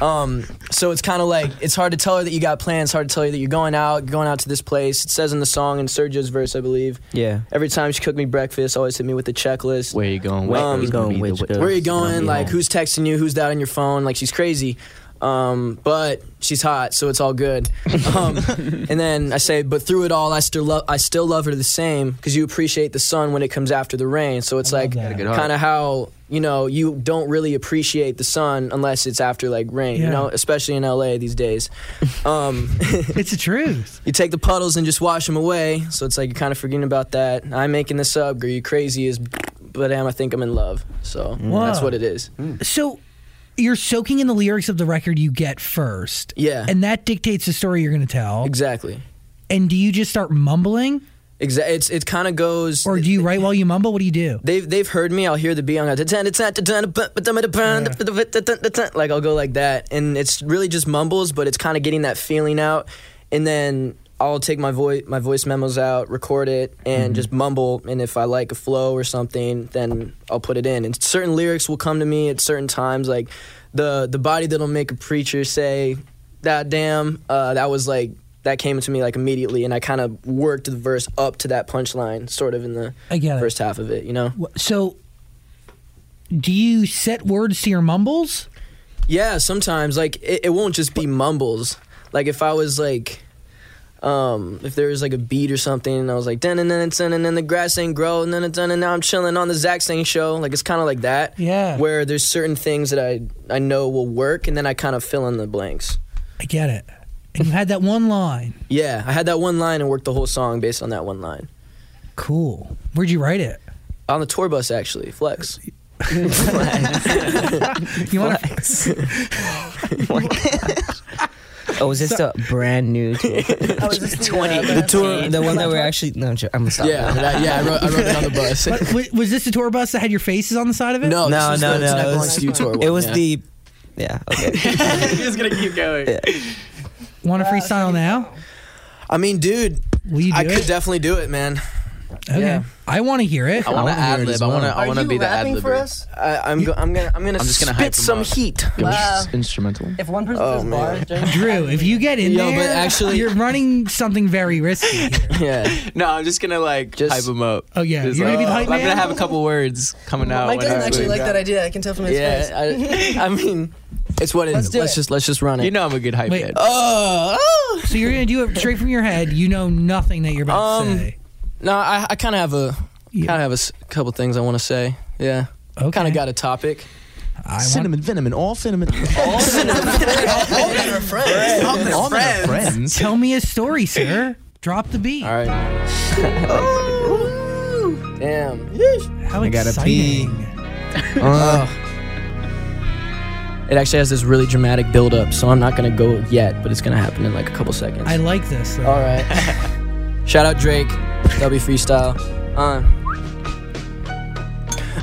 um, so it's kind of like it's hard to tell her that you got plans. Hard to tell her that you're going out, going out to this place. It says in the song in Sergio's verse, I believe.
Yeah.
Every time she cooked me breakfast, always hit me with a checklist.
Where you going?
Where
Which girl's
you
gonna
going?
be the
Which
wit-
girl?
Where are you
Gonna
going?
be
Like,
home. <laughs>
who's texting you? Who's that on your phone? Like, she's crazy. Um, but she's hot, so it's
<laughs>
all good. Um, and then I say, but through it all, I still love. I still love her the same because you appreciate the sun when it comes after the rain. So it's like
that. Got a
good heart.
kind of how you know you don't really appreciate the sun unless it's after like rain.
Yeah.
You know, especially in LA these days. Um, <laughs>
it's the truth.
you take the puddles and just wash them away. So it's like you're kind of forgetting about that. I'm making this up. Girl, you crazy as, but damn, I think I'm in love. So that's
Wow.
what it is.
So you're soaking in the lyrics of the record you get first.
Yeah.
And that dictates the story you're going to tell.
Exactly.
And do you just start mumbling,
Exa- it's it kind of goes.
or do you write while you mumble? What do you do?
they've they've heard me. I'll hear the beat. I'm like, like I'll go like that, and it's really just mumbles, but it's kind of getting that feeling out, and then. I'll take my voice my voice memos out, record it, and just mumble. And if I like a flow or something, then I'll put it in. And certain lyrics will come to me at certain times, like the the body that'll make a preacher say, "That damn," uh, that was like that came to me like immediately, and I kind of worked the verse up to that punchline, sort of in the
I get it.
first half of it, you know?
Wh- So, do you set words to your mumbles?
Yeah, sometimes like it, it won't just be mumbles. Like if I was like, um, if there was like a beat or something, and I was like, dun dun dun dun, and then the grass ain't grow, and then dun and now I'm chilling on the Zach Sang show. Like it's kind of like that.
Yeah.
Where there's certain things that I I know will work, and then I kind of fill in the blanks.
I get it. And you had that one line.
Yeah, I had that one line and worked the whole song based on that one line
Cool. Where'd you write it?
on the tour bus actually. Flex.
You want to?
Oh, is this the brand new tour?
The <laughs> tour.
the one that we're actually. No, I'm jo- I'm gonna stop.
Yeah, that- yeah. I wrote, I wrote it on the <laughs> bus.
<laughs> Was, was this the tour bus that had your faces on the side of it?
No,
No,
this was
no,
the
no,
Zach
it was-
Sang <laughs> tour
It
one,
was
yeah.
the. Yeah. Okay.
He's gonna keep going.
Want to freestyle now?
I mean, dude,
Will you do
I
it?
could definitely do it, man.
okay.
yeah.
I want to hear it.
I want to ad lib. I want to. I want to be the ad lib.
I, Uh, I'm, go- I'm gonna I'm gonna
I'm just gonna hype
spit
him
some
up.
heat.
Instrumental.
If one person says bars during
Drew, if you get in
Yo,
there,
but actually-
you're running something very risky.
<laughs>
here.
<laughs>
Yeah.
No, I'm just gonna like
Just-
hype him up.
Oh, yeah.
Just
You're gonna be the hype
I'm
man?
gonna have a couple words coming out.
Mike
when I
doesn't actually
do it.
like that idea. I can tell from his face.
Yeah. I, I mean, it's what it
Let's
is.
do
Let's
it.
just let's just run it.
You know I'm a good hype
Wait.
head.
Oh, oh.
So you're gonna do it straight from your head. You know nothing that you're about to
Um,
say.
No, I, I kind of have a
Yeah.
kind of have a s- couple things I want to say. Yeah.
Okay.
Kind of got a topic.
I want-
Cinnamon, venom, and all cinnamon.
<laughs>
All
Oh,
cinnamon. All friends. friends.
<laughs>
Tell me a story, sir. Drop the beat.
All right. Damn.
How
I gotta pee.
exciting!
It actually has this really dramatic build up, so I'm not gonna go yet, but it's gonna happen in like a couple seconds.
I like this. though.
All <laughs> right. Shout out Drake, W Freestyle. Uh.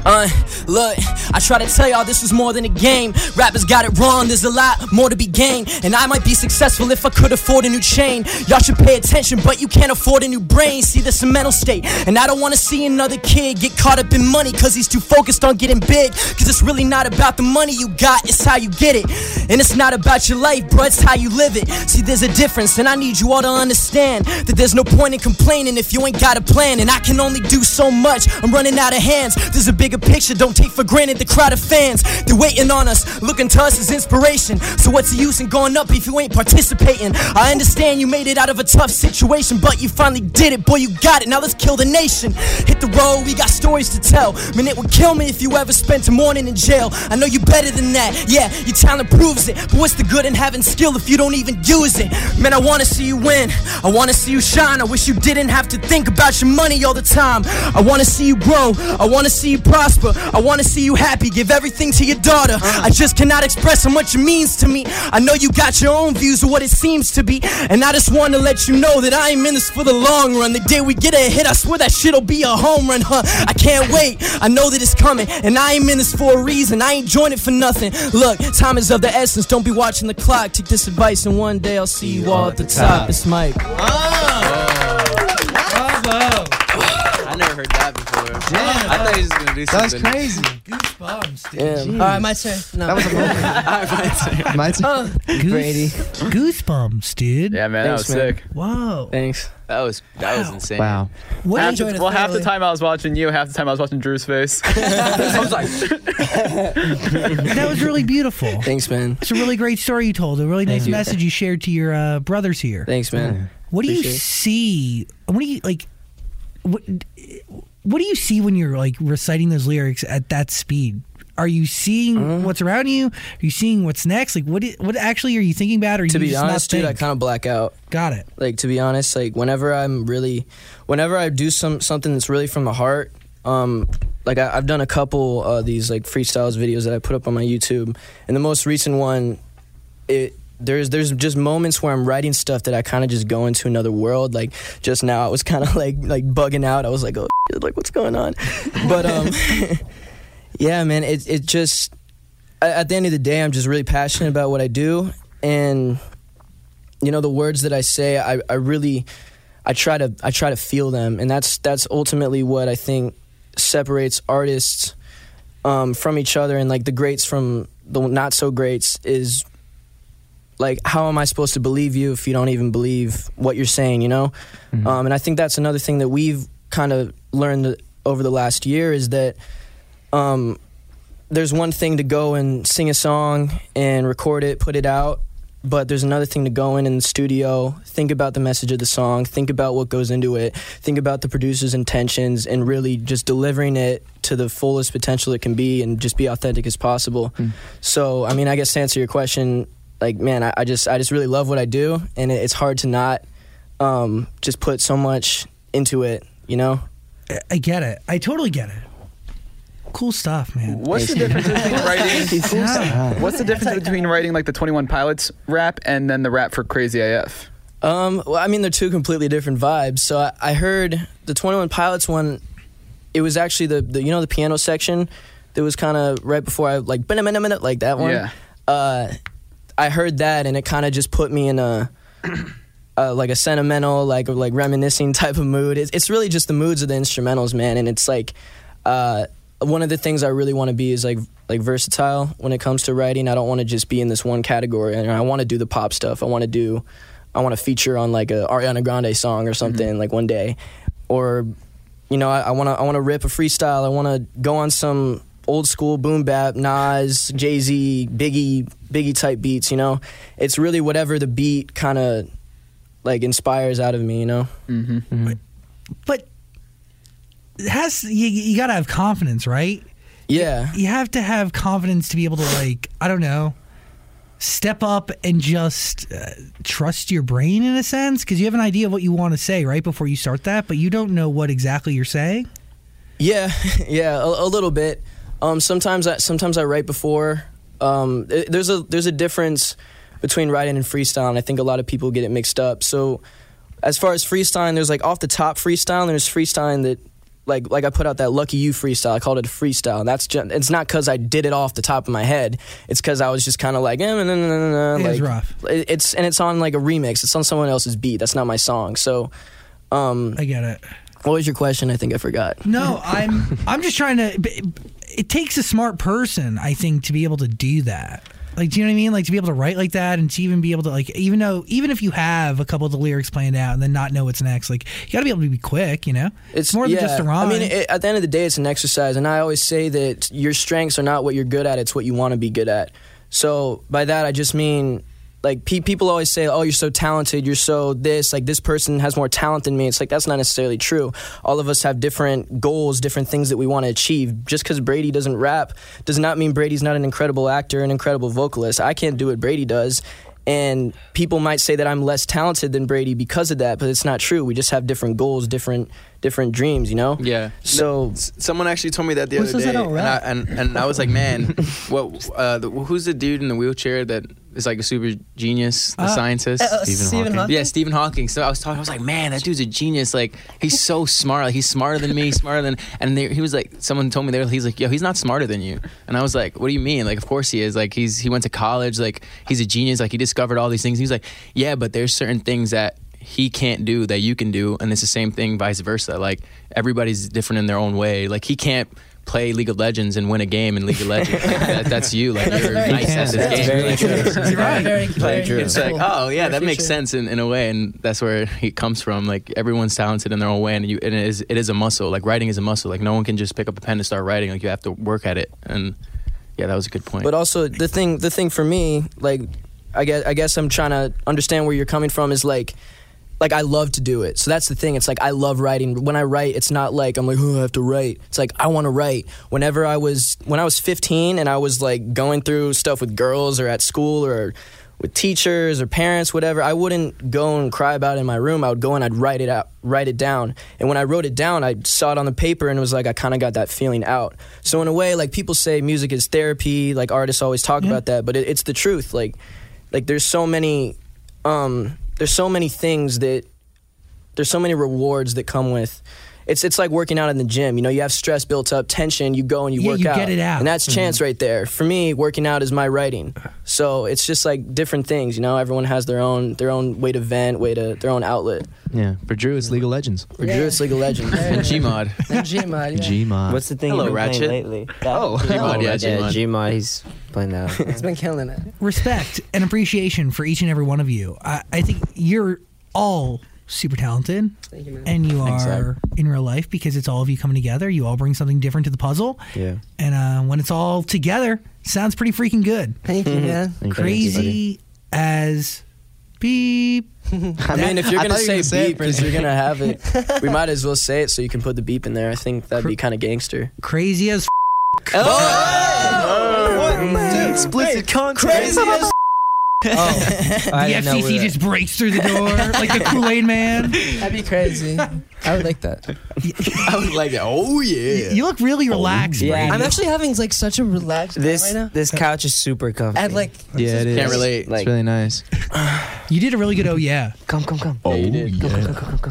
Uh, look, I try to tell y'all this was more than a game. Rappers got it wrong, there's a lot more to be gained. And I might be successful if I could afford a new chain. Y'all should pay attention, but you can't afford a new brain. See, this a mental state. And I don't wanna see another kid get caught up in money, cause he's too focused on getting big. Cause it's really not about the money you got, it's how you get it. And it's not about your life, bruh, it's how you live it. See, there's a difference, and I need you all to understand that there's no point in complaining if you ain't got a plan. And I can only do so much, I'm running out of hands. There's a bigger picture, don't take for granted the crowd of fans. They're waiting on us, looking to us as inspiration. So, what's the use in going up if you ain't participating? I understand you made it out of a tough situation, but you finally did it, boy, you got it. Now, let's kill the nation. Hit the road, we got stories to tell. Man, it would kill me if you ever spent a morning in jail. I know you better than that, yeah, your talent proves it. But what's the good in having skill if you don't even use it? Man, I wanna see you win, I wanna see you shine. I wish you didn't have to think about your money all the time. I wanna see you grow, I wanna see you prosper, I wanna see you happy. Give everything to your daughter. I just cannot express how much it means to me. I know you got your own views of what it seems to be, and I just wanna let you know that I am in this for the long run. The day we get a hit, I swear that shit'll be a home run, huh? I can't wait. I know that it's coming, and I am in this for a reason. I ain't joined it for nothing. Look, time is of the essence. Don't be watching the clock. Take this advice, and one day I'll see you all at the top. It's Mike.
Bravo!
I never heard that before. I thought he was gonna do
That was
something.
crazy.
Goosebumps, dude.
Damn.
All right, my turn. No.
That was a moment. My turn.
Goose, Goosebumps, dude.
Yeah, man,
Thanks,
that was
man.
sick.
Whoa.
<laughs> Thanks.
That was that was insane.
Wow.
What
Half the-
enjoyed it
well, half the
thoroughly.
time I was watching you, half the time I was watching Drew's face.
that was really
<laughs>
beautiful.
Thanks, man.
It's a really great story you told. A really nice message you shared to your uh, brothers here.
Thanks, man.
what do you
appreciate it.
see? What do you like? What What do you see when you're like reciting those lyrics at that speed? Are you seeing
Mm-hmm.
what's around you? Are you seeing what's next? Like what? i- What actually are you thinking about? Or you
To be
just not
honest, dude, I
think?
kind of black out.
got it.
like to be honest like whenever i'm really whenever i do some something that's really from the heart um like I, i've done a couple uh these like freestyles videos that i put up on my youtube and the most recent one it there's there's just moments where I'm writing stuff that I kind of just go into another world. Like just now, I was kind of <laughs> like like bugging out. I was like, oh, shit, like what's going on? But um, <laughs> yeah, man, it it just a- at the end of the day, I'm just really passionate about what I do, and you know the words that I say, I I really I try to I try to feel them, and that's that's ultimately what I think separates artists um, from each other, and like the greats from the not so greats is like how am i supposed to believe you if you don't even believe what you're saying you know um, and i think that's another thing that we've kind of learned over the last year is that um, there's one thing to go and sing a song and record it put it out but there's another thing to go in in the studio think about the message of the song think about what goes into it think about the producer's intentions and really just delivering it to the fullest potential it can be and just be authentic as possible so i mean i guess to answer your question like man I, I just i just really love what i do and it, it's hard to not um, just put so much into it you know
I- I get it. I totally get it. Cool stuff, man.
<laughs> What's the difference between writing?
Yeah.
What's the difference between writing like the Twenty One Pilots rap and then the rap for Crazy AF?
Um, well, I mean, they're two completely different vibes. So I, I heard the Twenty One Pilots one. It was actually the, the you know the piano section that was kind of right before I like minute minute minute like that one.
Yeah.
Uh, I heard that and it kind of just put me in a. Uh, like a sentimental, like like reminiscing <laughs> type of mood. It's, it's really just the moods of the instrumentals, man. And it's like uh, one of the things I really want to be is like like versatile when it comes to writing. I don't want to just be in this one category. And I want to do the pop stuff. I want to do I want to feature on like a Ariana Grande song or something like one day, or you know I want to I want to rip a freestyle. I want to go on some old school boom bap, Nas, Jay Z, Biggie, Biggie type beats. You know, it's really whatever the beat kind of like inspires out of me. You know,
But it has you, you got to have confidence, right?
yeah.
you have to have confidence to be able to like i don't know step up and just uh, trust your brain in a sense because you have an idea of what you want to say right before you start that but you don't know what exactly you're saying
Yeah, <laughs> yeah, a, a little bit. Um, sometimes I sometimes I write before. Um, th- there's a there's a difference between writing and freestyle. And I think a lot of people get it mixed up. So as far as freestyling, there's like off the top freestyle. And there's freestyling that like like I put out that lucky you freestyle. I called it a freestyle. And that's just, it's not because I did it off the top of my head. It's because I was just kind of like eh, nah, nah, nah, nah, nah,
It
like
is rough.
it- it's and it's on like a remix. It's on someone else's beat. That's not my song. So. Um,
I get it.
What was your question? I think I forgot.
No, I'm I'm just trying to. b- It takes a smart person, I think, to be able to do that. Like, do you know what I mean? Like to be able to write like that, and to even be able to like, even though, even if you have a couple of the lyrics planned out, and then not know what's next, like you got to be able to be quick. You know, it's more
yeah.
than just a rhyme.
I mean, it, at the end of the day, it's an exercise, and I always say that your strengths are not what you're good at; it's what you want to be good at. So by that, I just mean like pe- people always say, "Oh, you're so talented. You're so this." Like this person has more talent than me. It's like that's not necessarily true. All of us have different goals, different things that we want to achieve. Just because Brady doesn't rap does not mean Brady's not an incredible actor, an incredible vocalist. I can't do what Brady does. And people might say that I'm less talented than Brady because of that, but it's not true. We just have different goals, different different dreams, you know?
Yeah.
So
Someone actually told me that the
Who
other
says I
day,
don't
and, I,
rap?
and and I was like, man, what? Uh, the, who's the dude in the wheelchair that is like a super genius, the
Uh,
scientist?
uh, Stephen Stephen Hawking. Hawking?
Yeah, Stephen Hawking. So I was talking, I was like, man, that dude's a genius. Like he's so smart. Like, he's smarter
<laughs>
than me, smarter than. And they, he was like, someone told me there, he's like, yo, he's not smarter than you. And I was like, what do you mean? Like, of course he is. Like he's he went to college. Like he's a genius. Like he discovered all these things. He's like, yeah, but there's certain things that he can't do that you can do and it's the same thing vice versa like everybody's different in their own way like he can't play league of legends and win a game in league of legends Like, that, that's you like
<laughs> That's
you're
very
nice at
true. That's
this game
very
Like,
true.
<laughs>
That's right. Very,
Like,
very true.
it's like oh yeah
Your
that makes
future.
sense in, in a way and that's where he comes from like everyone's talented in their own way and you and it is it is a muscle like writing is a muscle like no one can just pick up a pen and start writing like you have to work at it and yeah that was a good point
But also the thing the thing for me, like I guess I guess I'm trying to understand where you're coming from is like like I love to do it. So that's the thing. It's like I love writing. When I write, it's not like I'm like, oh, I have to write. It's like I want to write. Whenever I was when I was 15 and I was like going through stuff with girls or at school or with teachers or parents, whatever, I wouldn't go and cry about it in my room. I would go and I'd write it out, write it down. And when I wrote it down, I saw it on the paper and it was like I kind of got that feeling out. So in a way, like people say music is therapy, like artists always talk about that, but it, it's the truth. Like like there's so many um there's so many things that there's so many rewards that come with it's it's like working out in the gym. You know, you have stress built up, tension, you go and you
Yeah,
work
you
out.
get it out. Uh-huh.
And that's
Mhm.
chance right there. For me, working out is my writing. So it's just like different things, you know, everyone has their own their own way to vent, way to their own outlet.
Yeah. For Drew, it's League of Legends.
For Drew it's League of
<laughs>
Legends.
and
<laughs>
Gmod.
Gmod. yeah.
Gmod.
What's the thing
Hello,
you've been
Ratchet.
playing lately?
Oh. Gmod, yeah, Gmod.
Gmod. He's playing
<laughs>
that.
It's been killing it.
respect and appreciation for each and every one of you. I, I think you're all super talented.
Thank you, man.
And you
Thanks,
are in real life because it's all of you coming together. You all bring something different to the puzzle.
Yeah.
And uh, when it's all together, sounds pretty freaking good.
Thank you, man.
Crazy as beep.
I mean, if you're gonna say beep,
it
because you're gonna have it, we might as well say it so you can put the beep in there. I think that'd be kind of gangster.
crazy as
Oh!
Oh!
Oh!
Explicit content.
Crazy as
the
I didn't know we
FCC
were-
just breaks through the door like the Kool Aid Man.
That'd be crazy. I would like that.
<laughs> I was like oh yeah
You look really relaxed,
yeah.
Brady.
I'm actually having like such a relaxed time
This
right now.
this couch is super comfy.
And like,
Yeah, it is.
Can't relate.
It's really nice.
you did a really good. Oh yeah.
come, come, come.
Oh, yeah, you did.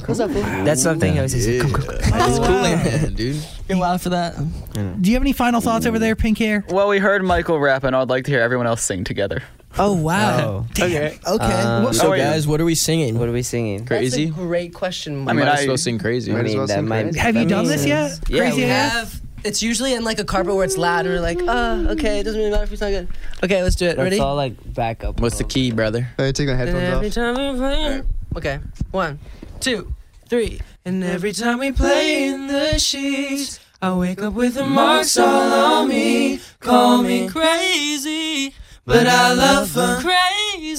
what's up? fool?
That's something I was just come, come, come.
<laughs> It's cool, man, dude.
You're wild for that.
Do you have any final thoughts over there, pink hair?
Well, we heard Michael rap, and I'd like to hear everyone else sing together.
Oh wow.
Oh.
Okay. Okay.
Um,
What-
How
So
are you?
guys, what are we singing?
What are we singing?
that's A
Crazy.
great question.
I mean,
might as
I-
well sing crazy.
I
Might as
mean,
well
that
sing
might.
crazy.
Have you
that
done
means-
this yet?
Yeah,
Crazy
we
as?
have. It's usually in like a carpet where it's loud, and we're like, oh, okay, it doesn't really matter if it's not good. Okay, let's do it.
Let's
Ready?
all like back up. a <laughs>
What's the
little.
key, brother?
All right, take my
And every
headphones off.
time we play, okay, one, two, three. And every time we play in the sheets, I wake up with the marks all on me. Call me crazy, but I love her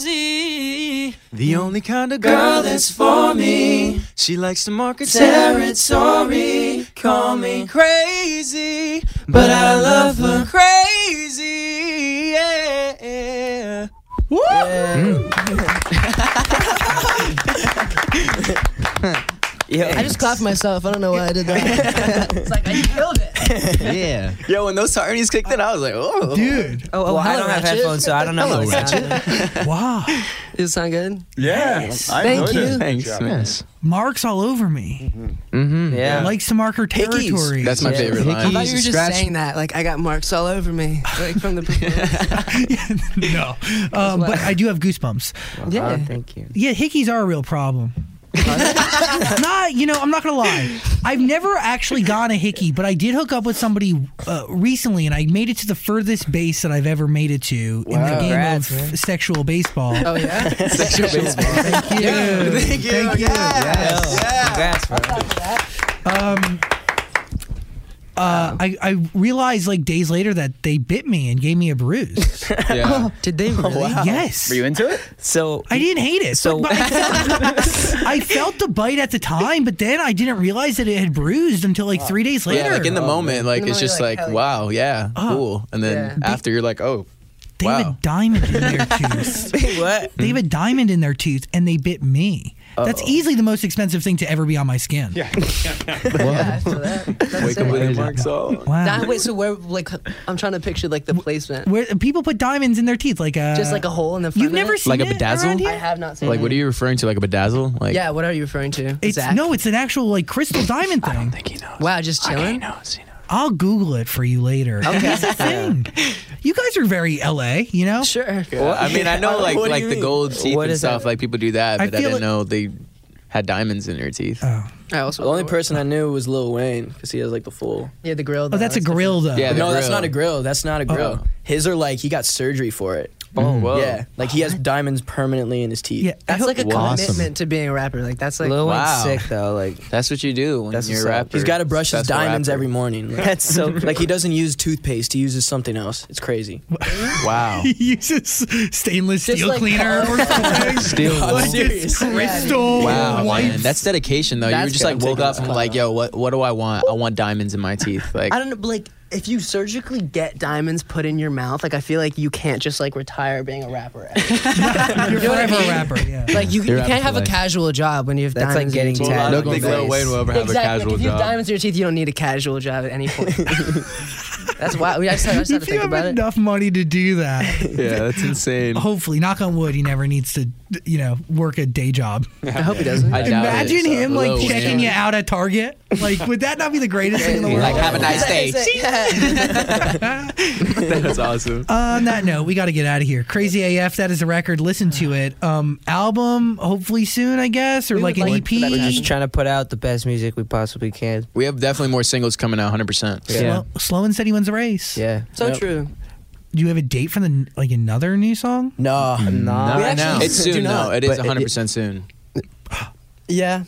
crazy.
The only kind of
Girl, that's for me.
She likes to market
Territory, call me crazy, but I love her crazy. Yeah. <laughs> Woo!
Yeah, Yo.
I just clapped myself. I don't know why I did <laughs> that. it's like I killed it.
yeah.
Yo, when those harmonies kicked in, I was like, oh.
Dude.
Oh, oh well, I don't have
Ratchet.
headphones, so I don't know how it sounded.
Wow.
Does it sound good?
Yeah. I
Thank
enjoyed
you.
it.
Thanks,
Good job.
man.
Marks all over me.
Mm-hmm. Yeah.
Likes to mark her
Hickeys.
territory.
That's
<laughs>
my
Yeah.
favorite
Hickey.
I
line.
thought
He's
you were just
scratch-
saying that. Like I got marks all over me, like <laughs> from the. performance.
<laughs>
no. Um, but I do have goosebumps.
Yeah.
Oh, thank you.
Yeah, hickeys are a real problem. <laughs> not, you know, I'm not gonna lie. I've never actually gotten a hickey, but I did hook up with somebody uh, recently, and I made it to the furthest base that I've ever made it to in the
Wow.
game
Congrats,
of
man.
sexual baseball.
Oh yeah.
Thank you. Thank you.
Yes. Congrats, bro.
Uh, I, I realized like days later that they bit me and gave me a bruise.
<laughs> Yeah.
Did <laughs> they really?
Yes.
Were you into it?
So
I didn't hate it.
So-
but I, felt, <laughs> I felt the bite at the time, but then I didn't realize that it had bruised until like three days later.
Yeah, like in the moment, like
In the
it's
moment,
just
you're like,
like,
hell
wow, yeah,
Oh.
cool. And then
Yeah.
after you're like, oh,
they have
wow.
a diamond in their
<laughs>
tooth.
what?
They have a diamond in their tooth, and they bit me. That's easily the most expensive thing to ever be on my skin. <laughs> Yeah.
After that. That's
wake up
it.
with your marks all.
Wow.
That wait, so where like I'm trying to picture like the placement.
Where people put diamonds in their teeth, like a
Just like a hole in the front.
You've
of
never
it?
seen
Like a
it
bedazzle?
around here?
I have not seen
Like,
it.
what are you referring to? Like a bedazzle? Like,
Yeah, what are you referring to?
It's
Zach?
no, it's an actual like crystal diamond thing.
Wow, just chilling.
I'll Google it for you later. Okay.
<laughs>
It's a thing. You guys are very LA, you know?
Sure.
I mean, I know like
What do
like
you
the
mean?
gold teeth
What
and
is that?
stuff. Like people do that,
I
but I,
feel
didn't
like-
know they had diamonds in their teeth.
Oh,
I also
The only person I knew was Lil Wayne because he has like the full.
Yeah, the grill.
oh that's a grill though.
Yeah,
no,
the
that's
grill.
not a grill. That's not a
Oh.
grill. His are like he got surgery for it. Mm-hmm.
Oh, whoa.
Yeah, like he has diamonds permanently in his teeth.
Yeah. I
That's
hope-
like a
Awesome.
commitment to being a rapper. Like that's like
Lil Wayne's
Wow.
sick though. Like
That's what you do when
That's
you're a
what's up.
rapper.
He's got to brush his
Successful
diamonds
rapper. <laughs>
every morning. Like,
that's so.
<laughs> like he doesn't use toothpaste; he uses something else.
<laughs>
It's crazy.
Wow.
<laughs> he uses stainless
Just
steel
like-
cleaner or
<laughs>
something.
<laughs> Still.
Like it's crystal
Wow, man.
wipes.
that's dedication though. you
That's
were just like
good.
woke up and like, yo, what what do I want? I want diamonds in my teeth. Like,
I don't know. Like if you surgically get diamonds put in your mouth, like I feel like you can't just like retire being a
<laughs>
rapper.
<laughs> You're
know what I
forever a
mean? <laughs>
rapper. Yeah.
like you, you
You're
can't have a
absolutely-
casual job when you have
That's like
diamonds. in your
getting
teeth.
tattooed.
I don't think
on the
Lil Wayne
face.
will ever have
exactly.
a
like,
casual
if you have
job.
diamonds in your teeth, you don't need a casual job at any
<laughs>
point. That's why we I just, I just had to
if you
think
have
about it.
enough money to
<laughs>
do that, <laughs>
yeah, that's insane.
hopefully, knock on wood, he never needs to, you know, work a day job.
I hope he doesn't.
I doubt it.
Imagine him like
Lil Wayne.
checking you out at Target. Like, would that not be the greatest thing in the world?
Like, have a nice day. That's awesome.
On that note, we got to get out of here. Crazy AF, that is a record. Listen to it. Um, album, hopefully soon, I guess, or
We
like
would
an E
like for that
EP.
to
We're
happen.
just trying to put out the best music we possibly can.
We have definitely more singles coming out, 100%.
Yeah.
Slow, Sloan said he wins the race.
Yeah.
So true.
Do you have a date for the like another new song?
No,
Nah.
right now.
It's soon, though. It is
But it-
100% soon.
Yeah.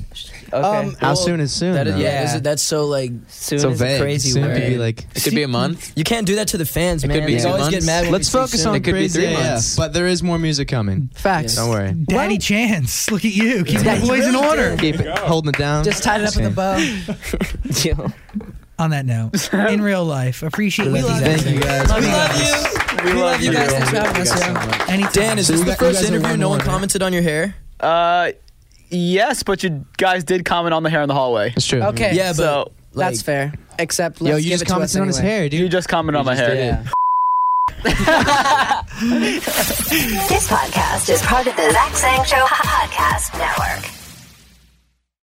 Okay.
Um,
How
well,
soon is soon?
That is,
though?
yeah,
Yeah.
is it- that's so like
soon
So
is a
vague.
crazy
soon could be
word.
like.
It could be a month.
you can't do that to the fans,
It
man.
could be
They
two
always
months.
get mad. When
Let's
we say
focus
soon.
on
It could be
Crazy
three
AF,
months.
but there is more music coming.
Facts.
Don't worry.
Daddy Chance, look at you. Keep
Yeah,
the
you
boys in
really
order.
did.
Keep it holding it down.
Just tied it up with a
Same.
bow.
<laughs> Yo.
On that note, in real life, appreciate you.
love
guys.
Thank you guys.
Love you guys.
We love you guys. Thanks for having us. yeah.
Anytime.
Dan, is this
we
the
got- you
first
guys are
interview?
one
No one
more, right?
commented on your hair.
Uh, yes, but you guys did comment on the hair in the hallway.
It's true.
Okay.
Yeah, but
So
like,
that's fair. Except let's
Yo, you
give
just
it to us
commented on his
anyway.
hair, dude.
you just commented on my hair.
This podcast is part of the Zach Sang Show